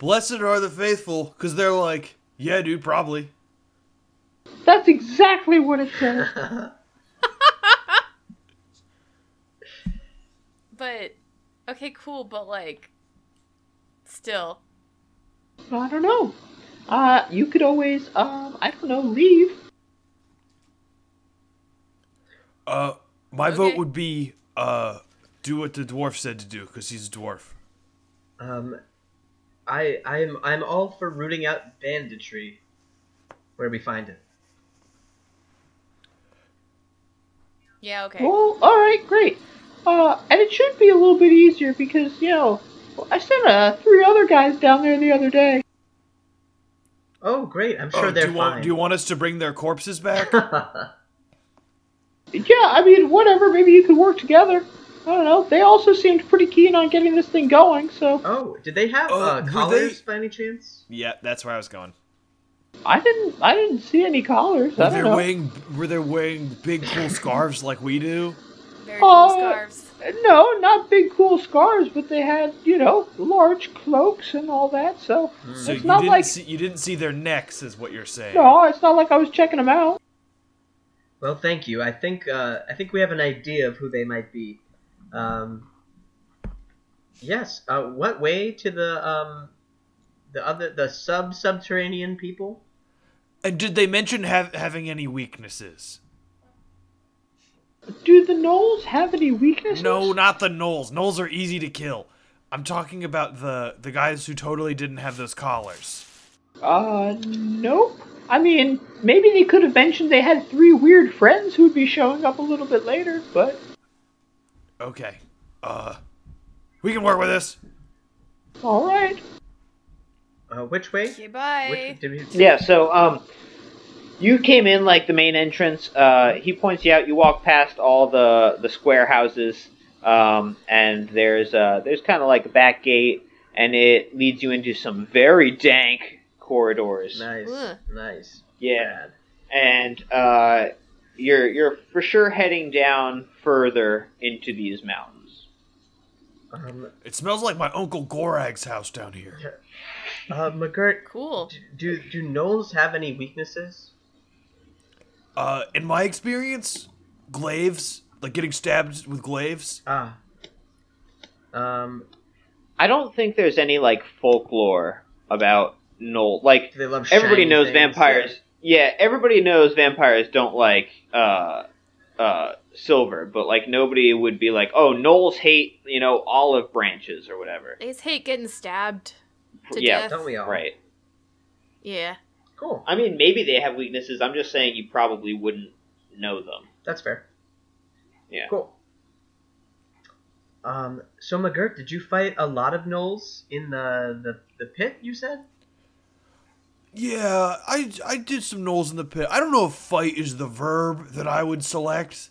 [SPEAKER 6] blessed are the faithful, because they're like, yeah, dude, probably.
[SPEAKER 2] That's exactly what it says.
[SPEAKER 4] But okay, cool. But like, still,
[SPEAKER 2] I don't know. Uh, you could always, um, I don't know, leave.
[SPEAKER 6] Uh, my vote
[SPEAKER 4] Okay.
[SPEAKER 6] would be uh, do what the dwarf said to do, because he's a dwarf.
[SPEAKER 3] um, I I'm I'm all for rooting out banditry. Where we find it.
[SPEAKER 4] yeah, okay.
[SPEAKER 2] Well, all right, great. Uh, and it should be a little bit easier because you know I sent uh, three other guys down there the other day.
[SPEAKER 3] Oh, great! I'm sure
[SPEAKER 6] Oh,
[SPEAKER 3] they're
[SPEAKER 6] do, you
[SPEAKER 3] fine.
[SPEAKER 6] want, do you want us to bring their corpses back?
[SPEAKER 2] Yeah, I mean, whatever. Maybe you could work together. I don't know. They also seemed pretty keen on getting this thing going, so
[SPEAKER 3] oh, did they have uh,
[SPEAKER 6] Uh, were
[SPEAKER 3] collars
[SPEAKER 6] they-
[SPEAKER 3] by any chance?
[SPEAKER 6] yeah, that's where I was going.
[SPEAKER 2] I didn't. I didn't see any collars. I
[SPEAKER 6] Were
[SPEAKER 2] don't
[SPEAKER 6] they
[SPEAKER 2] know.
[SPEAKER 6] wearing were they wearing big cool scarves like we do?
[SPEAKER 4] Very cool
[SPEAKER 2] Oh.
[SPEAKER 4] scarves.
[SPEAKER 2] No, not big cool scars, but they had you know large cloaks and all that. So
[SPEAKER 6] Hmm. So
[SPEAKER 2] It's
[SPEAKER 6] you
[SPEAKER 2] not
[SPEAKER 6] didn't
[SPEAKER 2] like-
[SPEAKER 6] see you didn't see their necks, is what you're saying.
[SPEAKER 2] no, it's not like I was checking them out.
[SPEAKER 3] Well, thank you. I think uh, I think we have an idea of who they might be. Um, yes. Uh, what way to the um, the other the sub subterranean people?
[SPEAKER 6] And did they mention have, having any weaknesses?
[SPEAKER 2] Do the gnolls have any weaknesses?
[SPEAKER 6] No, not the gnolls. Gnolls are easy to kill. I'm talking about the the guys who totally didn't have those collars.
[SPEAKER 2] Uh, nope. I mean, maybe they could have mentioned they had three weird friends who'd be showing up a little bit later, but
[SPEAKER 6] Okay. Uh we can work with this.
[SPEAKER 2] all right.
[SPEAKER 3] Uh, which way?
[SPEAKER 4] Okay, bye.
[SPEAKER 3] Which, did we,
[SPEAKER 2] Yeah. So, um, you came in like the main entrance. Uh, he points you out. You walk past all the the square houses, um, and there's uh there's kind of like a back gate, and it leads you into some very dank corridors.
[SPEAKER 3] Nice.
[SPEAKER 4] Ugh.
[SPEAKER 3] Nice.
[SPEAKER 2] Yeah.
[SPEAKER 3] Bad.
[SPEAKER 2] and uh, you're you're for sure heading down further into these mountains.
[SPEAKER 3] Um,
[SPEAKER 6] It smells like my Uncle Gorag's house down here.
[SPEAKER 3] uh, McGirt,
[SPEAKER 4] Cool.
[SPEAKER 3] d- do do gnolls have any weaknesses?
[SPEAKER 6] Uh, in my experience, glaives, like getting stabbed with glaives.
[SPEAKER 3] Ah. Um,
[SPEAKER 2] I don't think there's any like folklore about Knoll. Like
[SPEAKER 3] do they love?
[SPEAKER 2] everybody
[SPEAKER 3] shiny
[SPEAKER 2] knows
[SPEAKER 3] things?
[SPEAKER 2] vampires. Yeah, everybody knows vampires don't like uh, uh, silver, but like nobody would be like, oh, Knolls hate you know olive branches or whatever.
[SPEAKER 4] They just hate getting stabbed. To
[SPEAKER 2] yeah,
[SPEAKER 4] death.
[SPEAKER 3] Don't we all?
[SPEAKER 2] right.
[SPEAKER 4] Yeah.
[SPEAKER 3] Cool.
[SPEAKER 2] I mean, maybe they have weaknesses. I'm just saying you probably wouldn't know them.
[SPEAKER 3] That's fair.
[SPEAKER 2] Yeah.
[SPEAKER 3] Cool. Um, so McGirt, did you fight a lot of gnolls in the, the, the pit? You said.
[SPEAKER 6] Yeah, I I did some gnolls in the pit. I don't know if fight is the verb that I would select.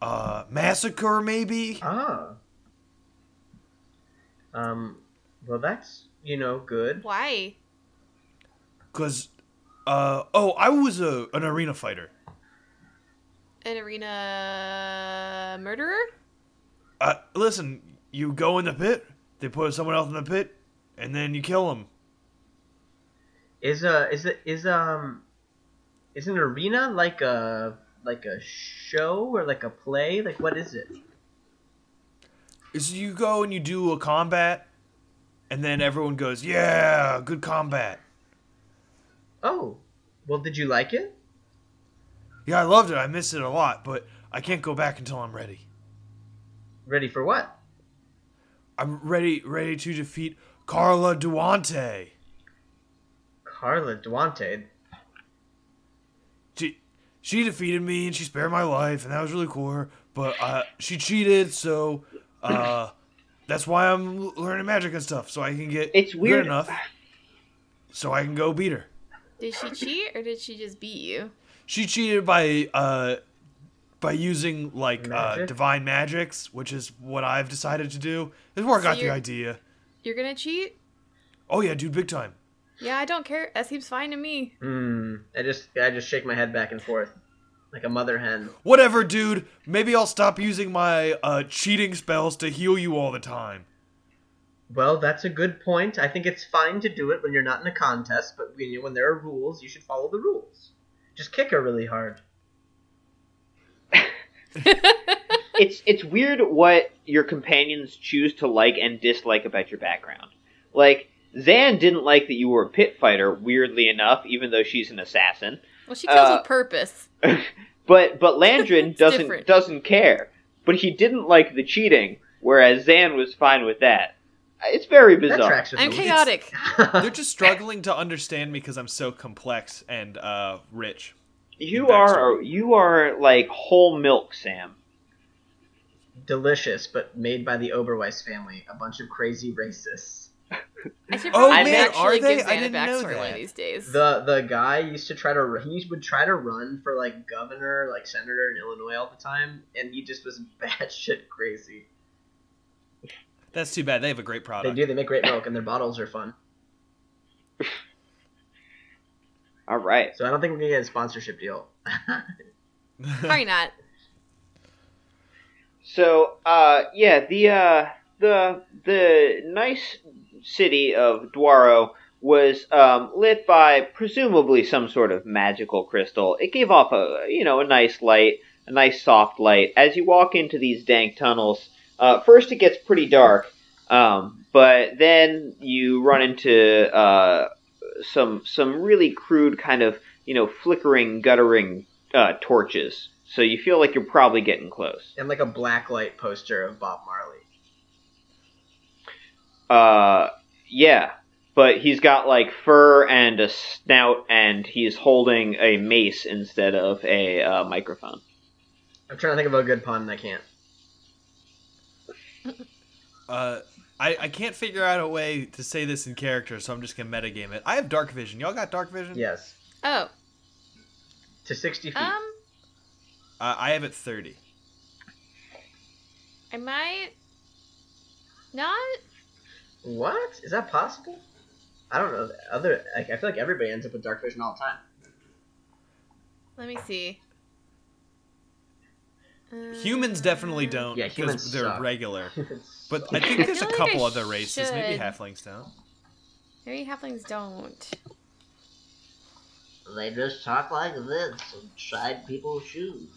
[SPEAKER 6] Uh, massacre maybe.
[SPEAKER 3] Ah. Um, well, that's you know good.
[SPEAKER 4] Why?
[SPEAKER 6] Cause, uh, oh, I was a an arena fighter.
[SPEAKER 4] An arena murderer?
[SPEAKER 6] Uh, listen, you go in the pit. They put someone else in the pit, and then you kill them.
[SPEAKER 3] Is uh is it is um is an arena like a like a show or like a play? Like what is it?
[SPEAKER 6] Is you go and you do a combat, and then everyone goes, yeah, good combat.
[SPEAKER 3] Oh, well, did you like it?
[SPEAKER 6] Yeah, I loved it. I missed it a lot, but I can't go back until I'm ready.
[SPEAKER 3] Ready for what?
[SPEAKER 6] I'm ready, ready to defeat Carla Duante.
[SPEAKER 3] Carla Duante.
[SPEAKER 6] She, she defeated me and she spared my life, and that was really cool. But uh, she cheated, so uh, that's why I'm l- learning magic and stuff, so I can get
[SPEAKER 2] It's
[SPEAKER 6] good
[SPEAKER 2] weird-
[SPEAKER 6] enough, so I can go beat her.
[SPEAKER 4] Did she cheat or did she just beat you?
[SPEAKER 6] She cheated by uh by using like uh
[SPEAKER 3] Magic?
[SPEAKER 6] divine magics, which is what I've decided to do. Is where I got the
[SPEAKER 4] you're-
[SPEAKER 6] idea.
[SPEAKER 4] You're gonna cheat?
[SPEAKER 6] Oh yeah, dude, big time.
[SPEAKER 4] Yeah, I don't care. That seems fine to me.
[SPEAKER 3] Hmm. I just I just shake my head back and forth, like a mother hen.
[SPEAKER 6] Whatever, dude. Maybe I'll stop using my uh cheating spells to heal you all the time.
[SPEAKER 3] Well, that's a good point. I think it's fine to do it when you're not in a contest, but when, you- when there are rules, you should follow the rules. Just kick her really hard.
[SPEAKER 2] it's it's weird what your companions choose to like and dislike about your background. Like Zan didn't like that you were a pit fighter, weirdly enough, even though she's an assassin.
[SPEAKER 4] Well, she kills
[SPEAKER 2] Uh,
[SPEAKER 4] with purpose.
[SPEAKER 2] But but Landrin
[SPEAKER 4] It's
[SPEAKER 2] doesn't
[SPEAKER 4] different.
[SPEAKER 2] doesn't care. But he didn't like the cheating, whereas Zan was fine with that. It's very
[SPEAKER 3] That
[SPEAKER 2] bizarre.
[SPEAKER 3] tracks with
[SPEAKER 4] I'm
[SPEAKER 3] me.
[SPEAKER 4] chaotic.
[SPEAKER 6] They're just struggling to understand me because I'm so complex and uh rich.
[SPEAKER 2] You
[SPEAKER 6] Backstory.
[SPEAKER 2] are you are like whole milk, Sam.
[SPEAKER 3] Delicious, but made by the Oberweis family, a bunch of crazy racists.
[SPEAKER 4] I should
[SPEAKER 6] Oh,
[SPEAKER 4] probably
[SPEAKER 2] man,
[SPEAKER 4] actually
[SPEAKER 6] are they?
[SPEAKER 4] give
[SPEAKER 6] I
[SPEAKER 4] Xan a
[SPEAKER 6] didn't know
[SPEAKER 4] backstory one
[SPEAKER 6] that.
[SPEAKER 4] of these days.
[SPEAKER 3] The the guy used to try to he would try to run for like governor, like senator in Illinois all the time, and he just was batshit crazy.
[SPEAKER 6] That's too bad. They have a great
[SPEAKER 3] They
[SPEAKER 6] product.
[SPEAKER 3] do. They make great milk, and their bottles are fun.
[SPEAKER 2] All right.
[SPEAKER 3] So I don't think we're gonna get a sponsorship deal.
[SPEAKER 4] Probably not.
[SPEAKER 2] So, uh, yeah, the uh, the the nice city of Duaro was um, lit by presumably some sort of magical crystal. It gave off a you know a nice light, a nice soft light. As you walk into these dank tunnels, uh, first it gets pretty dark, um, but then you run into uh, some some really crude kind of you know flickering, guttering uh, torches. So you feel like you're probably getting close.
[SPEAKER 3] and like a blacklight poster of Bob Marley.
[SPEAKER 2] Uh, yeah, but he's got like fur and a snout, and he's holding a mace instead of a uh, microphone.
[SPEAKER 3] I'm trying to think of a good pun. and I can't.
[SPEAKER 6] Uh, I, I can't figure out a way to say this in character, so I'm just gonna metagame it. I have dark vision. Y'all got dark vision?
[SPEAKER 3] Yes,
[SPEAKER 4] Oh,
[SPEAKER 3] to sixty feet.
[SPEAKER 4] um,
[SPEAKER 6] Uh, I have it thirty.
[SPEAKER 4] I might not.
[SPEAKER 3] what is that possible? I don't know. Other, like, I feel like everybody ends up with dark vision all the time.
[SPEAKER 4] Let me see. Uh,
[SPEAKER 6] Humans definitely don't
[SPEAKER 3] Yeah, humans
[SPEAKER 6] because they're
[SPEAKER 3] suck.
[SPEAKER 6] regular. But
[SPEAKER 3] So-
[SPEAKER 6] I think there's
[SPEAKER 4] feel
[SPEAKER 6] a
[SPEAKER 4] like
[SPEAKER 6] couple
[SPEAKER 4] I
[SPEAKER 6] other races. Maybe
[SPEAKER 4] should.
[SPEAKER 6] halflings don't.
[SPEAKER 4] Um, Maybe halflings don't.
[SPEAKER 7] They just talk like this and shine people's shoes.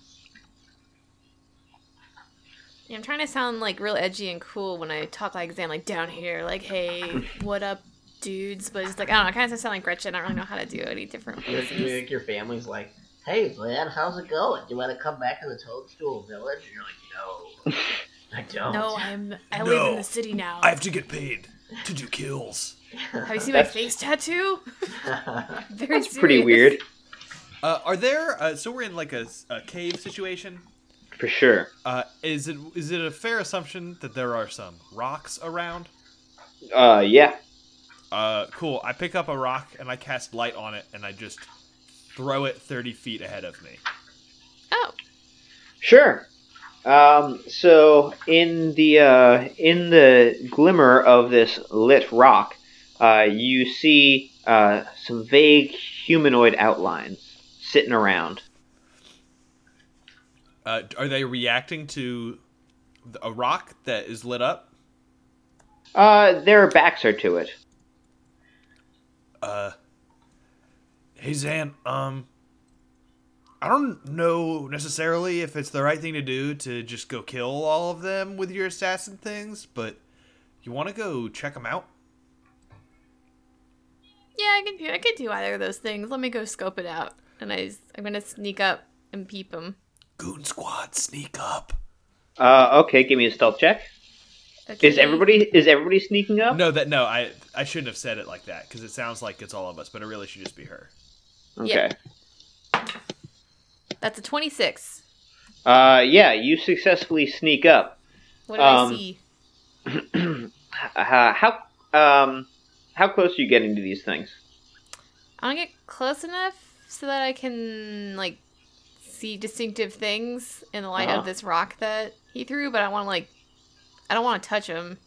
[SPEAKER 4] Yeah, I'm trying to sound like real edgy and cool when I talk like Xan, like down here, like hey, what up, dudes? But it's like I don't know, I kind of sound like Gretchen. I don't really know how to do any different
[SPEAKER 3] Your- your-
[SPEAKER 4] voices.
[SPEAKER 3] your family's like,
[SPEAKER 7] Hey, Vlad, how's it going? You want to come back to the Toadstool Village? And you're like, no,
[SPEAKER 3] I don't.
[SPEAKER 4] No, I'm. I live in
[SPEAKER 6] No.
[SPEAKER 4] the city now.
[SPEAKER 6] I have to get paid to do kills.
[SPEAKER 4] Have you seen my face tattoo? Very
[SPEAKER 2] It's pretty weird,
[SPEAKER 6] Uh, are there? Uh, so we're in like a, s- a cave situation.
[SPEAKER 2] for sure.
[SPEAKER 6] Uh, is it is it a fair assumption that there are some rocks around?
[SPEAKER 2] Uh, yeah,
[SPEAKER 6] Uh, cool. I pick up a rock and I cast light on it, and I just throw it thirty feet ahead of me.
[SPEAKER 4] Oh,
[SPEAKER 2] sure. Um, so in the uh, in the glimmer of this lit rock, uh, you see uh, some vague humanoid outlines sitting around.
[SPEAKER 6] Uh, are they reacting to th- a rock that is lit up?
[SPEAKER 2] Uh, their backs are to it.
[SPEAKER 6] Uh, hey Zan, um, I don't know necessarily if it's the right thing to do to just go kill all of them with your assassin things, but you want to go check them out?
[SPEAKER 4] yeah, I can do. I could do either of those things. Let me go scope it out, and I, s- I'm gonna sneak up and peep them.
[SPEAKER 5] Goon Squad sneak up.
[SPEAKER 2] Uh, okay, give me a stealth check.
[SPEAKER 4] Okay.
[SPEAKER 2] Is everybody is everybody sneaking up?
[SPEAKER 6] No, that no, I I shouldn't have said it like that because it sounds like it's all of us, but it really should just be her.
[SPEAKER 2] Okay.
[SPEAKER 4] That's a 26.
[SPEAKER 2] Uh, yeah, you successfully sneak up.
[SPEAKER 4] What do
[SPEAKER 2] Um,
[SPEAKER 4] I see?
[SPEAKER 2] Uh, how um how close are you getting to these things?
[SPEAKER 4] I want to get close enough so that I can, like, see distinctive things in the light
[SPEAKER 2] Uh-huh.
[SPEAKER 4] of this rock that he threw, but I want to, like, I don't want to touch him.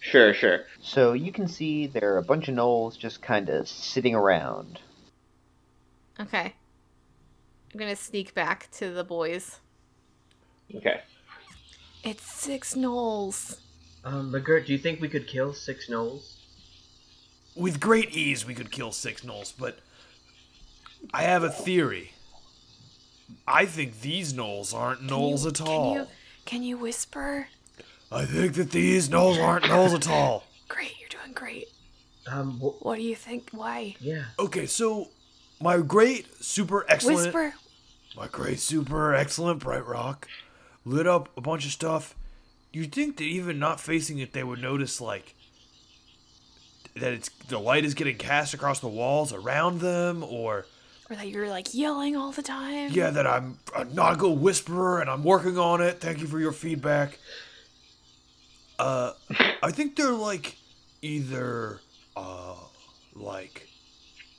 [SPEAKER 2] Sure, sure.
[SPEAKER 8] So you can see there are a bunch of gnolls just kind of sitting around.
[SPEAKER 4] Okay. I'm going to sneak back to the boys.
[SPEAKER 2] Okay.
[SPEAKER 4] It's six gnolls.
[SPEAKER 3] Um, but Gert, do you think we could kill six gnolls?
[SPEAKER 5] With great ease, we could kill six gnolls, but I have a theory. I think these gnolls aren't gnolls at all.
[SPEAKER 4] Can you, can you whisper?
[SPEAKER 5] I think that these gnolls aren't gnolls at all.
[SPEAKER 4] Great, you're doing great.
[SPEAKER 3] Um, wh-
[SPEAKER 4] What do you think? Why?
[SPEAKER 3] yeah.
[SPEAKER 5] Okay, so my great, super excellent,
[SPEAKER 4] Whisper.
[SPEAKER 5] my great, super excellent bright rock lit up a bunch of stuff. You'd think that even not facing it, they would notice like that it's the light is getting cast across the walls around them, or
[SPEAKER 4] Or that you're, like, yelling all the time.
[SPEAKER 5] yeah, that I'm a Naga whisperer and I'm working on it. Thank you for your feedback. Uh, I think they're like either uh like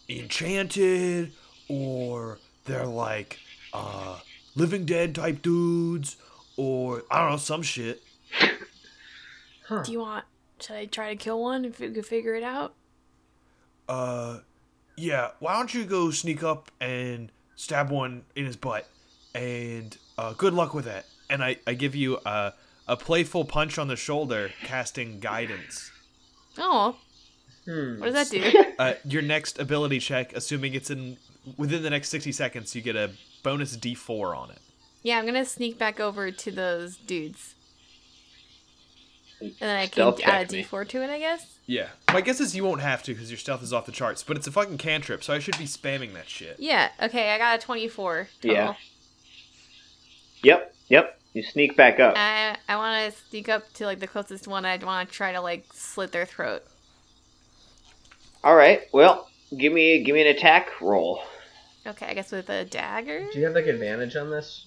[SPEAKER 5] enchanted or they're like uh living dead type dudes or I don't know some shit.
[SPEAKER 3] Huh.
[SPEAKER 4] Do you want. Should I try to kill one if we could figure it out?
[SPEAKER 5] Uh, yeah. Why don't you go sneak up and stab one in his butt, and uh, good luck with that.
[SPEAKER 6] And I I give you a a playful punch on the shoulder, casting guidance.
[SPEAKER 4] Oh,
[SPEAKER 3] Hmm.
[SPEAKER 4] what does that do?
[SPEAKER 6] Uh, your next ability check, assuming it's in within the next sixty seconds, you get a bonus D four on it.
[SPEAKER 4] yeah, I'm gonna sneak back over to those dudes, and then I can
[SPEAKER 2] Stealth
[SPEAKER 4] add a
[SPEAKER 2] check me.
[SPEAKER 4] D4 to it, I guess.
[SPEAKER 6] Yeah. My guess is you won't have to because your stealth is off the charts, but it's a fucking cantrip, so I should be spamming that shit.
[SPEAKER 4] Yeah. Okay, I got a 24. Total.
[SPEAKER 2] Yeah. Yep, yep. You sneak back up.
[SPEAKER 4] I I want to sneak up to like the closest one. I want to try to like slit their throat.
[SPEAKER 2] All right. Well, give me give me an attack roll.
[SPEAKER 4] Okay, I guess with a dagger.
[SPEAKER 3] Do you have like advantage on this?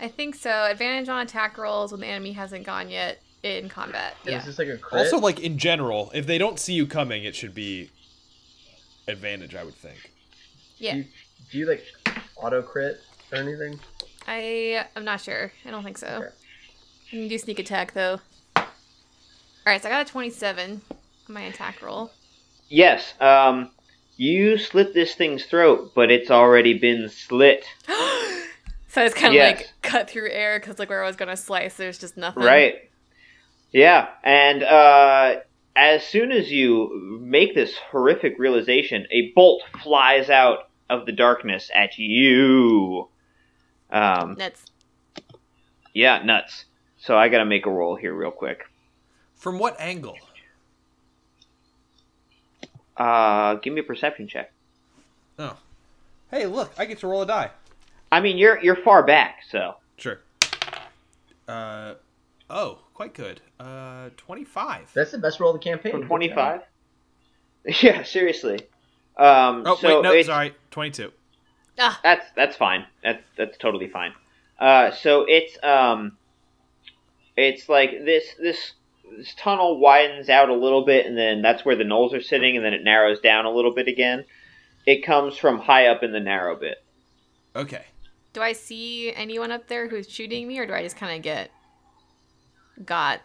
[SPEAKER 4] I think so. Advantage on attack rolls when the enemy hasn't gone yet in combat.
[SPEAKER 3] Yeah.
[SPEAKER 4] Yeah.
[SPEAKER 3] Is this like a crit?
[SPEAKER 6] Also, like in general, if they don't see you coming, it should be advantage, I would think.
[SPEAKER 4] Yeah.
[SPEAKER 3] do you like auto crit or anything?
[SPEAKER 4] I I'm not sure. I don't think so.
[SPEAKER 3] Okay.
[SPEAKER 4] I can do sneak attack though. All right, so I got a 27 on my attack roll.
[SPEAKER 2] Yes. Um, you slit this thing's throat, but it's already been slit.
[SPEAKER 4] so it's kind of
[SPEAKER 2] Yes.
[SPEAKER 4] like cut through air because like where I was gonna slice, there's just nothing.
[SPEAKER 2] Right. Yeah, and uh, as soon as you make this horrific realization, a bolt flies out of the darkness at you. Um,
[SPEAKER 4] That's
[SPEAKER 2] yeah, nuts. So I gotta make a roll here real quick.
[SPEAKER 5] From what angle?
[SPEAKER 2] Uh, give me a perception check.
[SPEAKER 6] Oh. Hey, look, I get to roll a die.
[SPEAKER 2] I mean, you're you're far back, so
[SPEAKER 6] Sure. Uh, oh, quite good. Uh, twenty-five.
[SPEAKER 3] That's the best roll of the campaign. Good
[SPEAKER 2] twenty five. Yeah, seriously. Um,
[SPEAKER 6] Oh
[SPEAKER 2] so
[SPEAKER 6] wait, no,
[SPEAKER 2] it's-
[SPEAKER 6] sorry, twenty-two.
[SPEAKER 2] That's that's fine. That's that's totally fine. Uh, so it's um, it's like this this this tunnel widens out a little bit, and then that's where the knolls are sitting, and then it narrows down a little bit again. It comes from high up in the narrow bit.
[SPEAKER 6] Okay.
[SPEAKER 4] do I see anyone up there who's shooting me, or do I just kind of get got?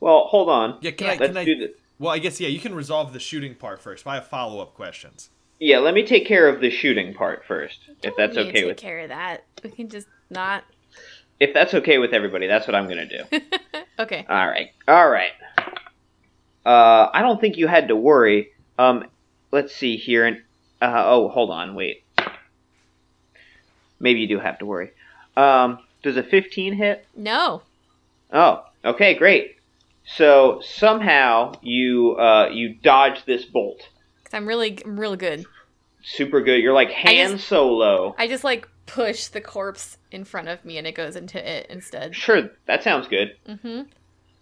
[SPEAKER 2] Well, hold on.
[SPEAKER 6] Yeah, can
[SPEAKER 4] Yeah.
[SPEAKER 6] I?
[SPEAKER 2] Let's
[SPEAKER 6] Can I?
[SPEAKER 2] do the.
[SPEAKER 6] Well, I guess yeah. You can resolve the shooting part first. But I have follow-up questions.
[SPEAKER 2] Yeah, let me take care of the shooting part first, if
[SPEAKER 4] Don't
[SPEAKER 2] that's
[SPEAKER 4] need to
[SPEAKER 2] okay
[SPEAKER 4] take
[SPEAKER 2] with
[SPEAKER 4] care of that. We can just not.
[SPEAKER 2] if that's okay with everybody. That's what I'm gonna do.
[SPEAKER 4] Okay.
[SPEAKER 2] All right. All right. Uh, I don't think you had to worry. Um, let's see here. And uh, oh, hold on. Wait. Maybe you do have to worry. Um, does a 15 hit?
[SPEAKER 4] No.
[SPEAKER 2] Oh, okay, great. So somehow you uh, you dodge this bolt.
[SPEAKER 4] 'Cause I'm really, I'm real good.
[SPEAKER 2] Super good. You're like
[SPEAKER 4] just-
[SPEAKER 2] hand solo.
[SPEAKER 4] I just like push the corpse in front of me and it goes into it instead.
[SPEAKER 2] Sure, that sounds good.
[SPEAKER 4] Mm-hmm.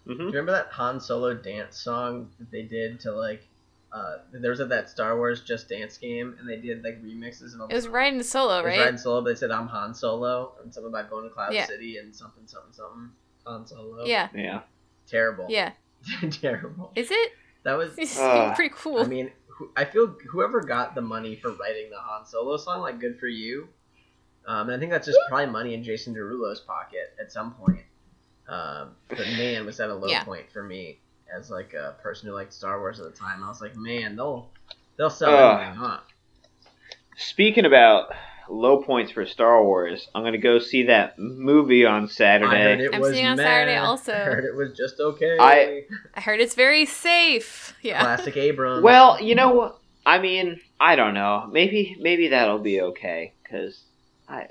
[SPEAKER 3] Do you remember that Han Solo dance song that they did to like? Uh, there was that Star Wars Just Dance game, and they did like remixes of.
[SPEAKER 4] It was Ryan Solo,
[SPEAKER 3] it was
[SPEAKER 4] right?
[SPEAKER 3] Ryan Solo. But they said I'm Han Solo, and something about going to Cloud
[SPEAKER 4] Yeah.
[SPEAKER 3] City and something, something, something. Han Solo.
[SPEAKER 4] Yeah,
[SPEAKER 2] Yeah.
[SPEAKER 3] Terrible.
[SPEAKER 4] yeah.
[SPEAKER 3] Terrible.
[SPEAKER 4] Is it?
[SPEAKER 3] That was.
[SPEAKER 4] It's
[SPEAKER 2] Uh,
[SPEAKER 4] pretty cool.
[SPEAKER 3] I mean, who- I feel whoever got the money for writing the Han Solo song, like, good for you. Um, and I think that's just probably money in Jason Derulo's pocket at some point. Um, but man, was that a low
[SPEAKER 4] Yeah.
[SPEAKER 3] point for me as like a person who liked Star Wars at the time. I was like, man, they'll they'll sell
[SPEAKER 2] Ugh.
[SPEAKER 3] anything, huh?
[SPEAKER 2] Speaking about low points for Star Wars, I'm gonna go see that movie on
[SPEAKER 3] I heard
[SPEAKER 2] Saturday.
[SPEAKER 3] it
[SPEAKER 4] I'm
[SPEAKER 3] was
[SPEAKER 4] seeing it on Saturday
[SPEAKER 3] meh.
[SPEAKER 4] also.
[SPEAKER 3] I heard it was just okay.
[SPEAKER 2] I-
[SPEAKER 4] I heard it's very safe. Yeah.
[SPEAKER 3] Classic Abrams.
[SPEAKER 2] Well, you know what? I mean, I don't know. Maybe maybe that'll be okay because I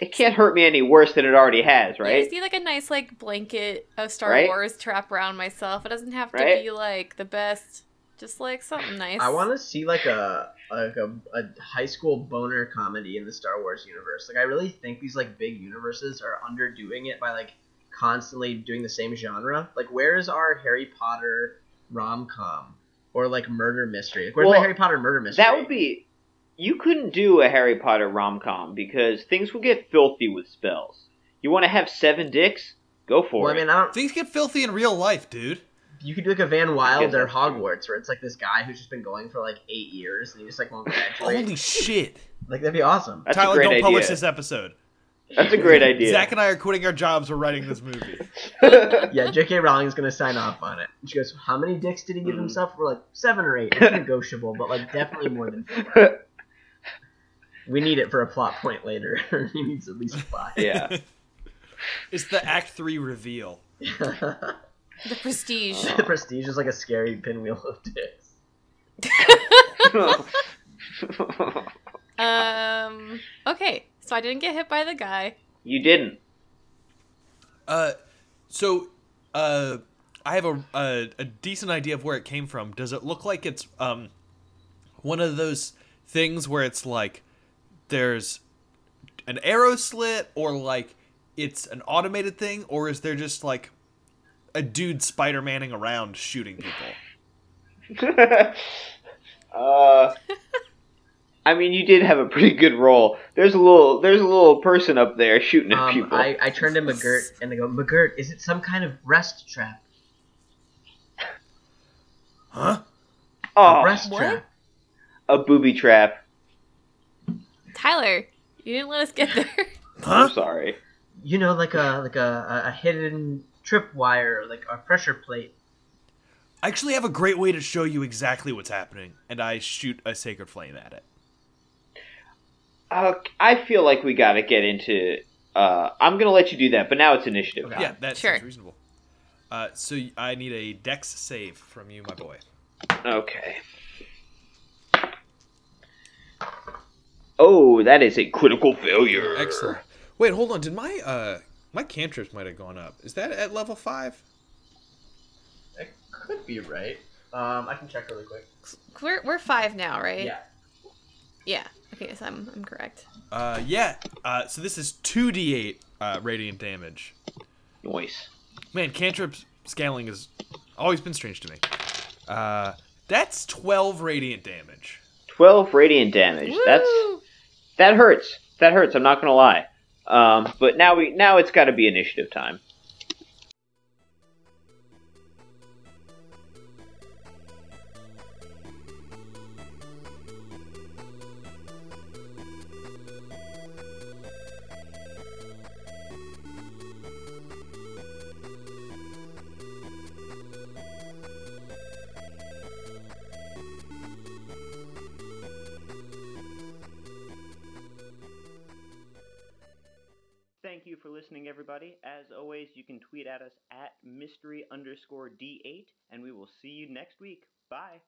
[SPEAKER 2] it can't hurt me any worse than it already has,
[SPEAKER 4] I
[SPEAKER 2] right?
[SPEAKER 4] just need like a nice like blanket of Star
[SPEAKER 2] Right?
[SPEAKER 4] Wars to wrap around myself. It doesn't have to
[SPEAKER 2] Right?
[SPEAKER 4] be like the best. Just like something nice.
[SPEAKER 3] I want to see like a like a, a high school boner comedy in the Star Wars universe. Like I really think these like big universes are underdoing it by like constantly doing the same genre. Like where is our Harry Potter rom com or like murder mystery? Like, where's
[SPEAKER 2] Well,
[SPEAKER 3] my Harry Potter murder mystery?
[SPEAKER 2] That would be. You couldn't do a Harry Potter rom com because things will get filthy with spells. You want to have seven dicks? Go for
[SPEAKER 3] Well, I
[SPEAKER 2] it.
[SPEAKER 3] mean, I don't.
[SPEAKER 6] Things get filthy in real life, dude.
[SPEAKER 3] You could do like a Van
[SPEAKER 2] Yes,
[SPEAKER 3] Wilder
[SPEAKER 2] that's true.
[SPEAKER 3] Hogwarts, where it's like this guy who's just been going for like eight years and he just like won't graduate.
[SPEAKER 6] Holy shit.
[SPEAKER 3] Like that'd be awesome.
[SPEAKER 2] That's
[SPEAKER 6] Tyler,
[SPEAKER 2] a
[SPEAKER 6] don't
[SPEAKER 2] great idea.
[SPEAKER 6] publish this episode.
[SPEAKER 2] That's a great idea.
[SPEAKER 6] Zach and I are quitting our jobs. We're writing this movie.
[SPEAKER 3] Yeah, J.K. Rowling's gonna sign off on it. She goes, "How many dicks did he give
[SPEAKER 2] Mhm.
[SPEAKER 3] himself?" We're like, seven or eight. It's negotiable, but like definitely more than. Four. We need it for a plot point later. he needs at least five.
[SPEAKER 2] yeah.
[SPEAKER 6] It's the Act Three reveal.
[SPEAKER 3] the
[SPEAKER 4] the prestige.
[SPEAKER 3] prestige is like a scary pinwheel of dicks. Oh.
[SPEAKER 4] Um. Okay, so I didn't get hit by the guy.
[SPEAKER 2] you didn't.
[SPEAKER 6] Uh, so, uh, I have a, a a decent idea of where it came from. Does it look like it's um one of those things where it's like there's an arrow slit, or like it's an automated thing, or is there just like a dude Spider Manning around shooting people?
[SPEAKER 2] uh, I mean, you did have a pretty good roll. There's a little, there's a little person up there shooting at
[SPEAKER 3] Um,
[SPEAKER 2] people.
[SPEAKER 3] I, I turn to McGirt and I go, "McGirt, is it some kind of rest trap?
[SPEAKER 6] Huh?
[SPEAKER 3] A
[SPEAKER 2] oh,
[SPEAKER 3] rest
[SPEAKER 4] What?
[SPEAKER 3] trap?
[SPEAKER 2] a booby trap.
[SPEAKER 4] Tyler, you didn't let us get there.
[SPEAKER 2] I'm
[SPEAKER 6] Huh?
[SPEAKER 2] sorry.
[SPEAKER 3] You know, like a like a, a hidden tripwire, like a pressure plate."
[SPEAKER 6] I actually have a great way to show you exactly what's happening, and I shoot a sacred flame at it.
[SPEAKER 2] Uh, I feel like we got to get into. Uh, I'm gonna let you do that, but now it's initiative.
[SPEAKER 3] Okay.
[SPEAKER 6] Yeah, that
[SPEAKER 4] Sure.
[SPEAKER 6] seems reasonable. Uh, so y- I need a dex save from you, my boy.
[SPEAKER 2] Okay. Oh, that is a critical failure.
[SPEAKER 6] Excellent. Wait, hold on. Did my uh my cantrips might have gone up? Is that at level five?
[SPEAKER 3] That could be right. Um, I can check really quick.
[SPEAKER 4] we're we're five now, right?
[SPEAKER 3] Yeah.
[SPEAKER 4] Yeah. Okay, so I'm I'm correct.
[SPEAKER 6] Uh, yeah. Uh, so this is two d8 uh, radiant damage.
[SPEAKER 2] Noise.
[SPEAKER 6] Man, cantrip scaling has always been strange to me. Uh, that's twelve radiant damage.
[SPEAKER 2] Twelve radiant damage. That's
[SPEAKER 4] Woo!
[SPEAKER 2] that hurts. That hurts. I'm not gonna lie. Um, but now we now it's got to be initiative time. Thank you for listening, everybody. As always, you can tweet at us at mystery underscore d8, and we will see you next week. Bye.